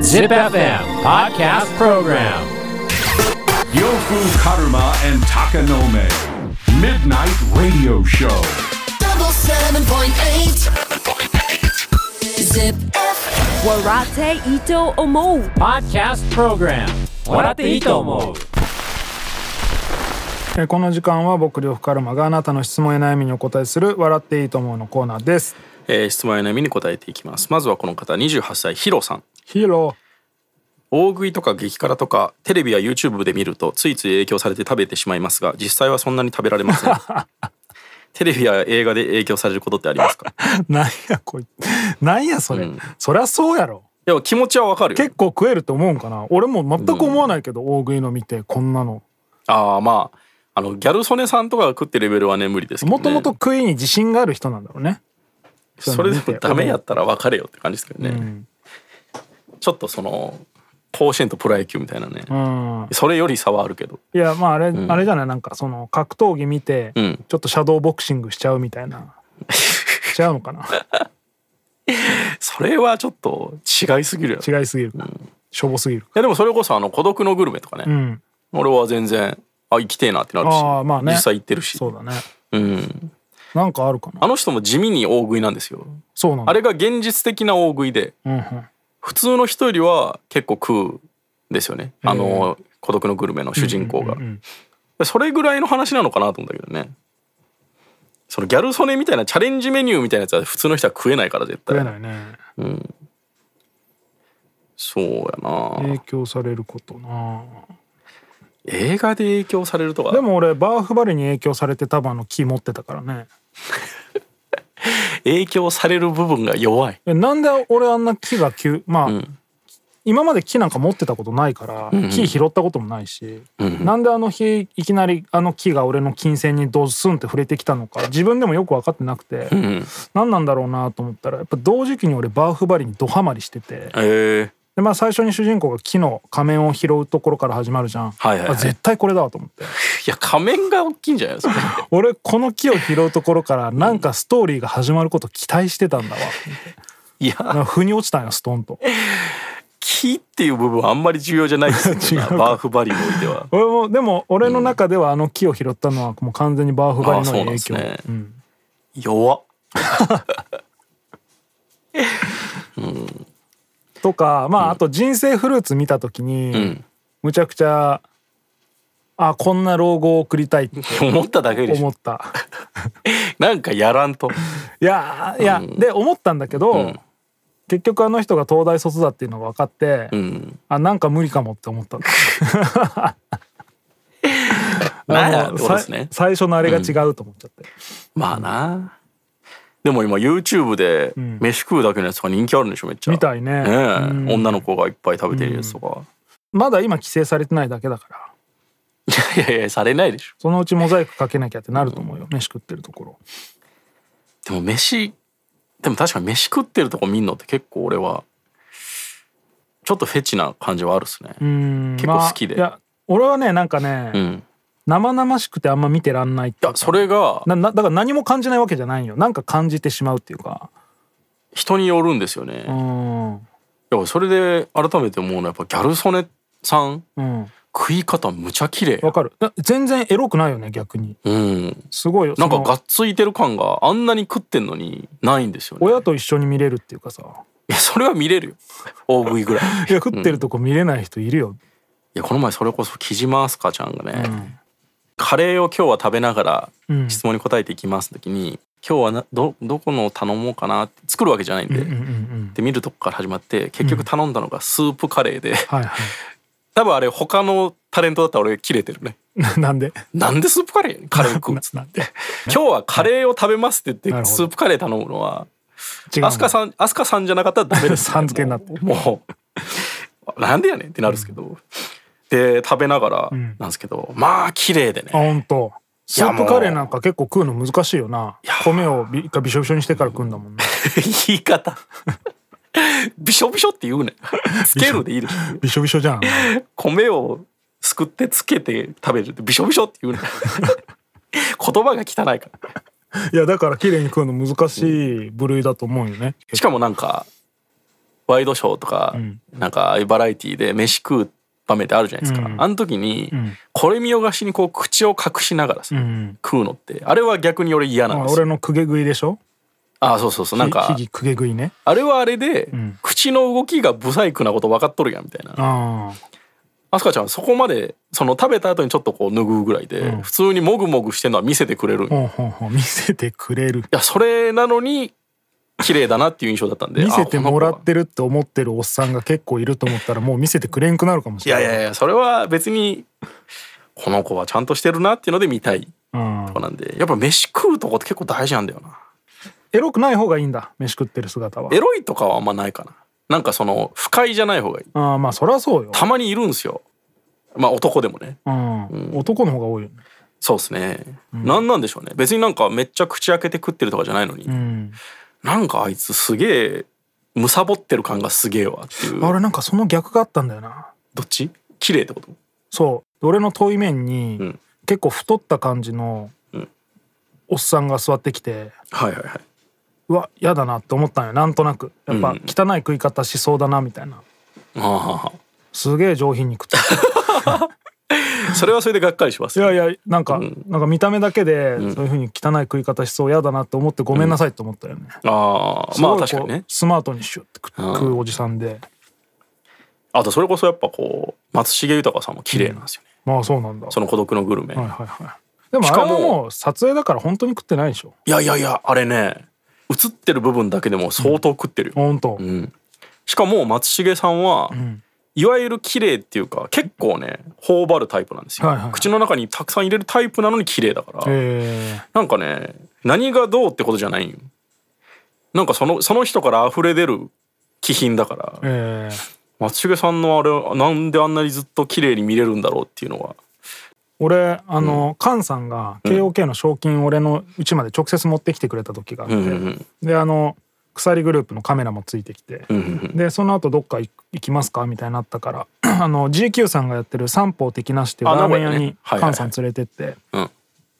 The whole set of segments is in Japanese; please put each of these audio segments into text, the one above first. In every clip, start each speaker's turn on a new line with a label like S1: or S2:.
S1: Zip FM Podcast Program
S2: Yofu Karuma and Takanome. Midnight Radio Show.
S3: double seven point eight. Zip.
S4: Warate Ito Omo
S1: Podcast Program 笑っていいと思う
S5: えーこの時間は僕呂布カルマがあなたの質問や悩みにお答えする「笑っていいと思う」のコーナーです
S6: えー質問や悩みに答えていきますまずはこの方28歳ヒロさん
S5: ヒーロ
S6: 大食いとか激辛とかテレビや YouTube で見るとついつい影響されて食べてしまいますが実際はそんなに食べられませ んテレビや映画で影響されることってありますか
S5: ー なんやこいなんやそれ、そりゃそうやろ
S6: でも気持ちはわかるよ
S5: 結構食えると思うんかな俺も全く思わないけど、大食いの見てこんなの
S6: ああまああのギャル曽根さんとかが食ってるレベルはね無理ですけど、ね、
S5: もともと食いに自信がある人なんだろうね
S6: それでもダメやったら別れよって感じですけどね、ちょっとその甲子園とプロ野球みたいなね、
S5: うん
S6: それより差はあるけど
S5: いやまああれ、あれじゃないなんかその格闘技見て、
S6: ん
S5: ちょっとシャドーボクシングしちゃうみたい なしちゃうのかな
S6: それはちょっと違いすぎるよい
S5: 違いすぎるか、しょぼすぎるか
S6: やでもそれこそあの孤独のグルメとかね、
S5: うん
S6: 俺は全然あ行きてえなってなるし
S5: ああまあね
S6: 実際行ってるし
S5: そうだね
S6: うん、
S5: なんかあるかな
S6: あの人も地味に大食いなんですよ
S5: そうなんだ
S6: あれが現実的な大食いで
S5: うんうん
S6: 普通の人よりは結構食うんですよねあの孤独のグルメの主人公が、それぐらいの話なのかなと思うんだけどねそのギャル曽根みたいなチャレンジメニューみたいなやつは普通の人は食えないから絶対
S5: 食えないね
S6: そうやな、
S5: 影響されることな
S6: 映画で影響されるとか
S5: でも俺バーフバリに影響されて多分あの木持ってたからね
S6: 影響される部分が弱い
S5: えなんで俺あんな木が急まあ、今まで木なんか持ってたことないから、木拾ったこともないし、なんであの日いきなりあの木が俺の金銭にドスンって触れてきたのか自分でもよく分かってなくて、何なんだろうなと思ったらやっぱ同時期に俺バーフバリにドハマりしてて
S6: ええ
S5: で、まあ、最初に主人公が木の仮面を拾うところから始まるじゃん、
S6: はいはいはい
S5: あ絶対これだわと思って。
S6: いや仮面が大きいんじゃないですか
S5: 俺この木を拾うところからなんかストーリーが始まること期待してたんだわな
S6: い
S5: ん
S6: や
S5: か腑に落ちたんよストンと
S6: 木っていう部分はあんまり重要じゃないで すよ
S5: 違うか
S6: なバーフバリにおいては
S5: 俺もでも俺の中ではあの木を拾ったのはもう完全にバーフバリの
S6: あ
S5: 影響
S6: そうなんですね
S5: うん
S6: 弱っ
S5: とかまああと「人生フルーツ」見た時に、
S6: ん
S5: むちゃくちゃあこんな老後を送りたいって
S6: 思っただけでし
S5: 思
S6: ょ
S5: った
S6: なんかやらんと
S5: いやいや、で思ったんだけど、結局あの人が東大卒だっていうのが分かって、
S6: うん
S5: あなんか無理かもって 思ったんだ
S6: なんや
S5: あ
S6: っ
S5: の
S6: てことですね
S5: さ最初のあれが違うと思っちゃって、
S6: まあなでも今 YouTube で飯食うだけのやつが人気あるんでしょめっちゃ
S5: みたいね
S6: ねえ女の子がいっぱい食べてるやつとか
S5: まだ今規制されてないだけだから
S6: い やいやいやされないでしょ
S5: そのうちモザイクかけなきゃってなると思うよ、飯食ってるところ
S6: でも飯でも確かに飯食ってるとこ見んのって結構俺はちょっとフェチな感じはあるっすね
S5: うん
S6: 結構好きで
S5: まあいや俺はねなんかね、
S6: うん
S5: 生々しくてあんま見てらんないってい
S6: い
S5: う
S6: や
S5: か
S6: それが
S5: ななだから何も感じないわけじゃないよなんか感じてしまうっていうか
S6: 人によるんですよね
S5: うん
S6: いやそれで改めて思うのはやっぱギャル曽根さん
S5: うん
S6: 食い方むちゃ綺麗
S5: わかるな全然エロくないよね逆に
S6: うん
S5: すごいよ
S6: なんか
S5: その
S6: がっついてる感があんなに食ってんのにないんですよね
S5: 親と一緒に見れるっていうかさ
S6: いやそれは見れるよ大食いぐらい
S5: いや食ってるとこ見れない人いるよ、
S6: いやこの前それこそ木島明日香ちゃんがね、カレーを今日は食べながら質問に答えていきますの時に、今日はなどどこのを頼もうかなって作るわけじゃないんで、で見るとこから始まって結局頼んだのがスープカレーで、
S5: はいは
S6: 多分あれ他のタレントだったら俺切れてるね
S5: い ななんで
S6: なんでスープカレーやねんカレー食うっつって今日はカレーを食べますって言
S5: な
S6: っ
S5: る
S6: て
S5: ほど
S6: スープカレー頼むのは
S5: 違う
S6: アスカさんアスカさんじゃなかったらダメです
S5: さん付けになって
S6: もう なんでやねんってなるんですけど、で食べながらなんですけど、まあ綺麗で
S5: あ
S6: ね
S5: 本当。スープカレーなんか結構食うの難しいよな米をび一回びしょびしょにしてから食うんだ もんね
S6: 言い方びしょびしょって言 うねつけるでいいでしょ
S5: びしょびしょじゃん
S6: 米をすくってつけて食べるってびしょびしょって言うね 言葉が汚いから
S5: いやだから綺麗に食うの難しい部類だと思うよね
S6: しかもなんかワイドショーとか、なんかああいうバラエティーで飯食う場面ってあるじゃないですか、あの時に、これ見よがしにこう口を隠しながらさ、食うのってあれは逆に俺嫌なん
S5: まあ
S6: ですよ
S5: 俺の公家食いでしょ
S6: ああそうそうそうなんか
S5: ひひぎ公家食いね
S6: あれはあれで、口の動きがブサイクなこと分かっとるやんみたいな
S5: あ
S6: アスカちゃんそこまでその食べた後にちょっとこう拭うぐらいで、普通にもぐもぐしてるのは見せてくれるんよ、
S5: あ
S6: い
S5: ほんほんほん見せてくれる
S6: やそれなのに綺麗だなっていう印象だったんで
S5: 見せて
S6: あこ
S5: も
S6: の子
S5: ら
S6: は
S5: ってるって思ってるおっさんが結構いると思ったらもう見せてくれんくなるかもし
S6: い
S5: れな
S6: や
S5: い
S6: いやいやそれは別にこの子はちゃんとしてるなっていうので見たい
S5: うん
S6: 子なんでやっぱ飯食うとこって結構大事なんだよな
S5: エロくない方がいいんだ飯食ってる姿は
S6: エロいとかはあんまないかななんかその不快じゃない方がいい
S5: ああまあそりゃそうよ、
S6: たまにいるんですよまあ男でもね
S5: うん男の方が多いよね
S6: そうですね、なんなんでしょうね別になんかめっちゃ口開けて食ってるとかじゃないのに、
S5: うん
S6: なんかあいつすげえむさぼってる感がすげえわっていう
S5: あれなんかその逆があったんだよな
S6: どっち綺麗ってこと
S5: そう俺の遠い面に、
S6: ん
S5: 結構太った感じの、おっさんが座ってきて
S6: はいはいはいう
S5: わ嫌だなって思ったんよなんとなくやっぱ汚い食い方しそうだなみたいな
S6: あ
S5: すげえ上品に食ってる
S6: あそれはそれでがっかりします
S5: い
S6: よ
S5: やいやなんか、なんか見た目だけで、そういうふうに汚い食い方しそう嫌だなって思ってごめんなさいって思ったよね、
S6: ああ
S5: すご
S6: まあ
S5: いこう
S6: 確かにね
S5: スマートにシュッて食食うおじさんで
S6: あとそれこそやっぱこう松重豊さんも綺麗なんですよね、
S5: まあそうなんだ
S6: その孤独のグルメ、
S5: はいはいはいでも
S6: し
S5: あ
S6: か
S5: れ
S6: も
S5: はもう撮影だから本当に食ってないでしょ
S6: いやいやいやあれね映ってる部分だけでも相当食ってるよ、
S5: 本当、
S6: しかも松重さんは、いわゆる綺麗っていうか結構ね頬張るタイプなんですよ、
S5: はいはい
S6: 口の中にたくさん入れるタイプなのに綺麗だから、
S5: え
S6: なんかね何がどうってことじゃないんよなんかそのその人から溢れ出る気品だから、
S5: ー、えー
S6: 松重さんのあれなんであんなにずっと綺麗に見れるんだろうっていうのは
S5: 俺あの、菅さんが KOK の賞金俺のうちまで直接持ってきてくれた時があって、であの鎖グループのカメラもついてきて、でその後どっか行行きますかみたいになったからあの GQ さんがやってる「三方的なし」っていう
S6: あ
S5: ラーメン
S6: 名
S5: 屋
S6: 古屋ね
S5: に
S6: はいはい
S5: 菅さん連れてって、
S6: うん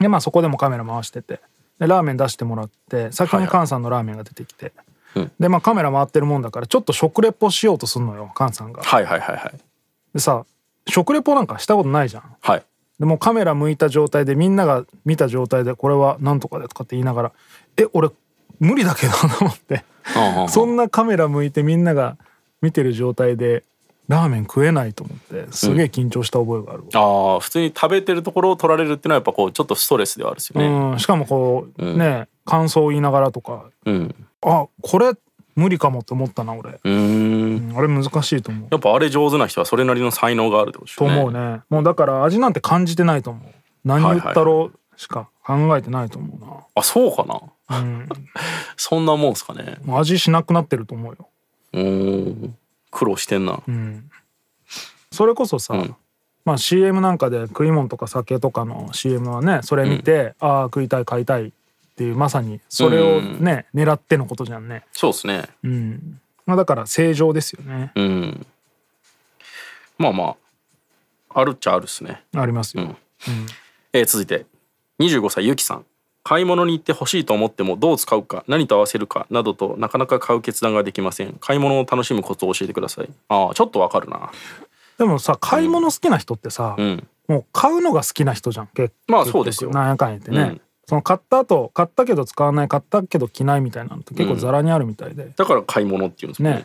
S5: でまあそこでもカメラ回しててでラーメン出してもらって先
S6: はい
S5: に
S6: はい
S5: 菅さんのラーメンが出てきて、
S6: うん
S5: でまあカメラ回ってるもんだからちょっと食レポしようとするのよ菅さんが。
S6: はいはいはいはい
S5: でさ食レポなんかしたことないじゃん。
S6: はい
S5: でもうカメラ向いた状態でみんなが見た状態でこれはなんとかでとかって言いながらえ俺無理だけどなと思って
S6: うんうんうん
S5: そんなカメラ向いてみんなが見てる状態でラーメン食えないと思ってすげえ緊張した覚えがあるわ、
S6: ああ普通に食べてるところを取られるっていうのはやっぱこうちょっとストレスではあるですよね。
S5: うん、しかもこう、ね感想を言いながらとか
S6: うん。
S5: あこれ無理かもって思ったな俺、
S6: うーん。
S5: うんあれ難しいと思う
S6: やっぱあれ上手な人はそれなりの才能があるってことでし
S5: と
S6: ょうね。
S5: 思うねもうだから味なんて感じてないと思う何言ったろうしか考えてないと思うな、
S6: あそうかな。 そんなもんすかね。
S5: もう味しなくなってると思うよ
S6: うーん。苦労してんな。
S5: それこそさ、
S6: ん
S5: まあ CM なんかで食い物とか酒とかの CM はねそれ見て、ああ食いたい買いたいっていうまさにそれをね、狙ってのことじゃんね、
S6: そうですね。
S5: うんまあ、だから正常ですよね、
S6: うん。まあまああるっちゃあるっすね。
S5: ありますよ、
S6: えー続いて25歳ゆきさん買い物に行って欲しいと思ってもどう使うか何と合わせるかなどとなかなか買う決断ができません買い物を楽しむコツを教えてくださいああちょっとわかるな
S5: でもさ買い物好きな人ってさ、
S6: ん
S5: もう買うのが好きな人じゃん結
S6: まあそうですよ
S5: 結局なんやかんやってね、
S6: うん
S5: その買った後買ったけど使わない買ったけど着ないみたいなのって結構ざらにあるみたいで、
S6: だから買い物っていうんですもんね
S5: ね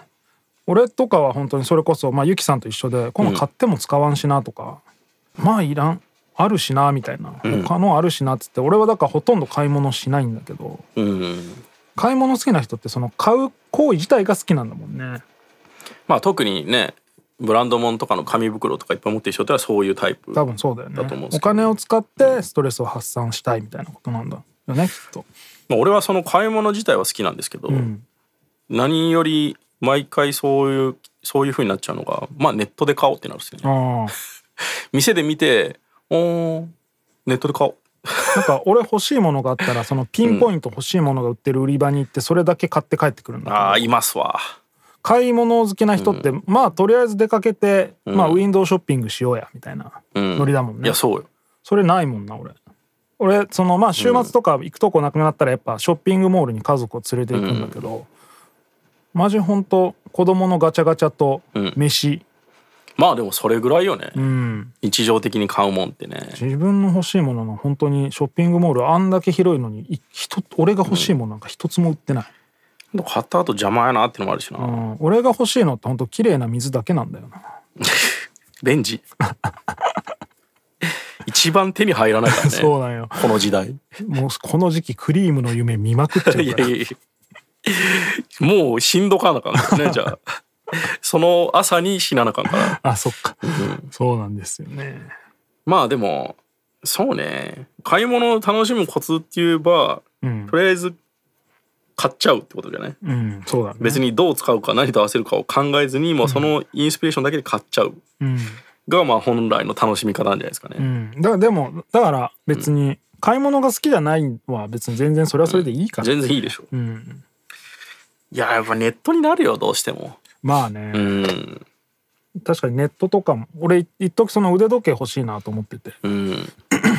S5: 俺とかは本当にそれこそまあユキさんと一緒で今度買っても使わんしなとか、まあいらんあるしなみたいな、他のあるしなっつって俺はだからほとんど買い物しないんだけど
S6: うん
S5: 買い物好きな人ってその買う行為自体が好きなんだもんね
S6: まあ特にねブランド物とかの紙袋とかいっぱい持ってる人ってのはそういうタイプ
S5: 多分そうだよね
S6: だと思うんです
S5: お
S6: けど
S5: 金を使ってストレスを発散したいみたいなことなんだよ ねきっと
S6: まあ、俺はその買い物自体は好きなんですけど、何より毎回そういうそういう風になっちゃうのがまあネットで買おうってなるんですよね
S5: ああ
S6: 店で見ておーネットで買おう
S5: なんか俺欲しいものがあったらそのピンポイント欲しいものが売ってる売り場に行ってそれだけ買って帰ってくるんだけど
S6: ああいますわ
S5: 買い物好きな人って、まあとりあえず出かけて、まあウィンドウショッピングしようやみたいなノリだもん
S6: い
S5: ね、
S6: やそうよ
S5: それないもんな俺俺そのまあ週末とか行くとこなくなったらやっぱショッピングモールに家族を連れて行くんだけど、マジほんと子供のガチャガチャと飯、
S6: まあでもそれぐらいよね、
S5: うん、
S6: 日常的に買うもんってね
S5: 自分の欲しいものの本当にショッピングモールあんだけ広いのにい一つ俺が欲しいものなんか一つも売ってない、
S6: 買った後邪魔やなってのもあるしな、
S5: うん俺が欲しいのって本当綺麗な水だけなんだよな
S6: レ ンジ一番手に入らないから ね
S5: そうなんよ
S6: この時代い
S5: もうこの時期クリームの夢見まくっちゃうか
S6: や
S5: ら
S6: いやいやもうしんどかなあかんからねじゃあ その朝に死ななあかんから
S5: あそっか、そうなんですよね
S6: まあでもそうね買い物を楽しむコツって言えば、とりあえず買っちゃうってことじゃない
S5: うんそうだね
S6: 別にどう使うか何と合わせるかを考えずにもうそのインスピレーションだけで買っちゃうがまあ本来の楽しみ方なんじゃないですかね、
S5: うん、だからでもだから別に買い物が好きじゃないのは別に全然それはそれでいいから、
S6: 全然いいでしょ、いややっぱネットになるよどうしても
S5: まあね、
S6: うん
S5: 確かにネットとかも俺一時その腕時計欲しいなと思ってて、
S6: うん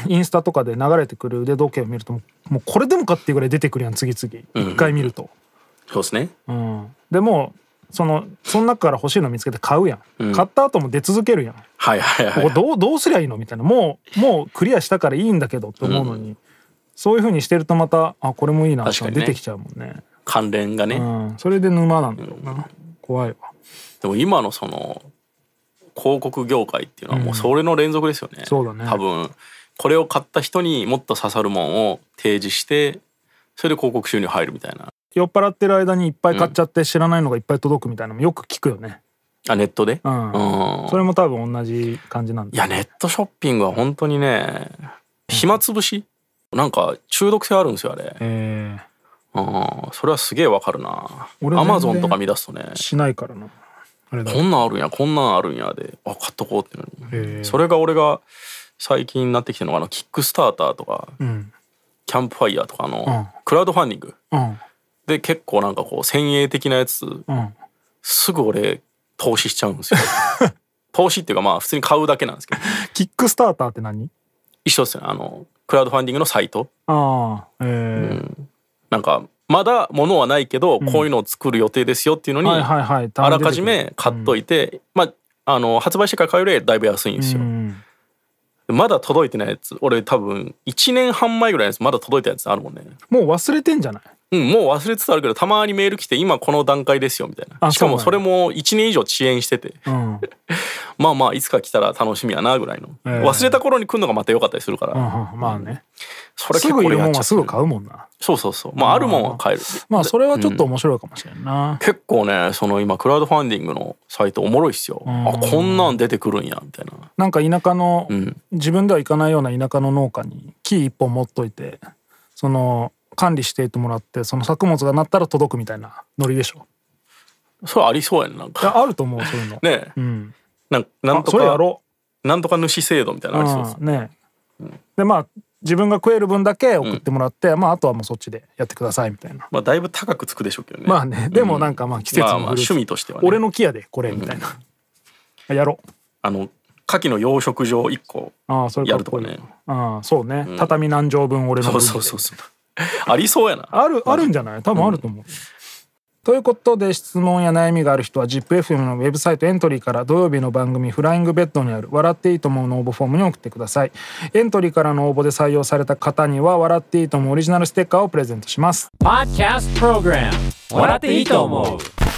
S5: インスタとかで流れてくる腕時計を見るともうもうこれでもかっていうぐらい出てくるやん次々一回見ると、
S6: そうですね
S5: うんでもうそのその中から欲しいの見つけて買うやん、買った後も出続けるやん、
S6: はいはいはい、
S5: ここどうどうすりゃいいのみたいなもうもうクリアしたからいいんだけどって思うのに、そういうふうにしてるとまたあこれもいいなって
S6: 確かにね
S5: 出てきちゃうもんね
S6: 関連がね、
S5: うん、それで沼なんだろうな、怖いわ
S6: でも今のその広告業界っていうのはもうそれの連続ですよね、
S5: そうだね
S6: 多分これを買った人にもっと刺さるもんを提示してそれで広告収入入るみたいな
S5: 酔っ払ってる間にいっぱい買っちゃって知らないのがいっぱい届くみたいなのもよく聞くよね
S6: あネットで
S5: うん、
S6: うん
S5: それも多分同じ感じなん
S6: い
S5: だ
S6: やネットショッピングは本当にね暇つぶしなんか中毒性あるんですよあれ
S5: え
S6: うんそれはすげえわかるな
S5: 俺
S6: ア
S5: 全然
S6: マゾンとか見出すとね
S5: ー、しないからなあれだ
S6: こんなんあるんやこんなんあるんやであ買っとこうってなる、
S5: へえ
S6: それが俺が最近になってきてるのがあのキックスターターとか、
S5: ん
S6: キャンプファイヤーとかあの、
S5: ん
S6: クラウドファンディング
S5: うん
S6: で結構なんかこう先鋭的なやつ、
S5: ん
S6: すぐ俺投資しちゃうんですよ 投資っていうかまあ普通に買うだけなんですけど
S5: キックスターターって何
S6: 一緒ですよねあのクラウドファンディングのサイト
S5: ああえー
S6: なんかまだ物はないけど、こういうのを作る予定ですよっていうのに、
S5: はいはいはい
S6: あらかじめ買っといて、まああの発売してから買うよりはだいぶ安いんですよ、
S5: うん
S6: まだ届いてないやつ俺多分1年半前ぐらいのやつまだ届いたやつあるもんね
S5: もう忘れてんじゃない
S6: うんもう忘れつつあるけどたまにメール来て今この段階ですよみたいな
S5: あ
S6: しかもそ
S5: そう
S6: れ
S5: な
S6: も1年以上遅延してて、
S5: ん
S6: まあまあいつか来たら楽しみやなぐらいの、
S5: ええ
S6: 忘れた頃に来るのがまた良かったりするから、
S5: うんうんまあね
S6: それ
S5: す
S6: 結
S5: ぐ
S6: 構
S5: い
S6: 俺
S5: る
S6: や
S5: も
S6: っ
S5: ん
S6: ちゃ
S5: は
S6: っ
S5: す
S6: て
S5: ぐ
S6: る
S5: 買うもんな
S6: そうそうそうまああるもんは買える
S5: まあそれはちょっと面白いかもしれんな
S6: 結構ねその今クラウドファンディングのサイトおもろいっすよ、あこんなん出てくるんやみたいな
S5: なんか田舎の、
S6: ん
S5: 自分では行かないような田舎の農家に木一本持っといてその管理していてもらってその作物がなったら届くみたいなノリでしょ
S6: それありそうやねなん
S5: いや
S6: か
S5: あると思うそういうの
S6: ねえ、
S5: うん
S6: なんなん
S5: あ
S6: と
S5: それや
S6: か
S5: ろ
S6: なんとか主制度みたいうなのありそうです
S5: うんねでまあ自分が食える分だけ送ってもらって、まああとはもうそっちでやってくださいみたいな
S6: まあだいぶ高くつくでしょうけどね
S5: まあねでもなんかまあ季節
S6: まあ
S5: の
S6: まあ
S5: フルーツ
S6: 趣味としてはね
S5: 俺の木やでこれみたいな、やろう
S6: あの牡蠣の養殖場1個
S5: ああそれ
S6: や
S5: か
S6: る
S5: っ
S6: と
S5: こ
S6: か
S5: いいな
S6: ね
S5: ああそうね、畳何畳分俺の
S6: そ
S5: 分
S6: うそうそうそう ありそうやな
S5: あるあるんじゃない多分あると思う、ということで質問や悩みがある人は ZIPFM のウェブサイトエントリーから土曜日の番組「フライングベッド」にある「笑っていいと思う」の応募フォームに送ってくださいエントリーからの応募で採用された方には「笑っていいと思う」オリジナルステッカーをプレゼントします
S1: Podcast Program 笑っていいと思う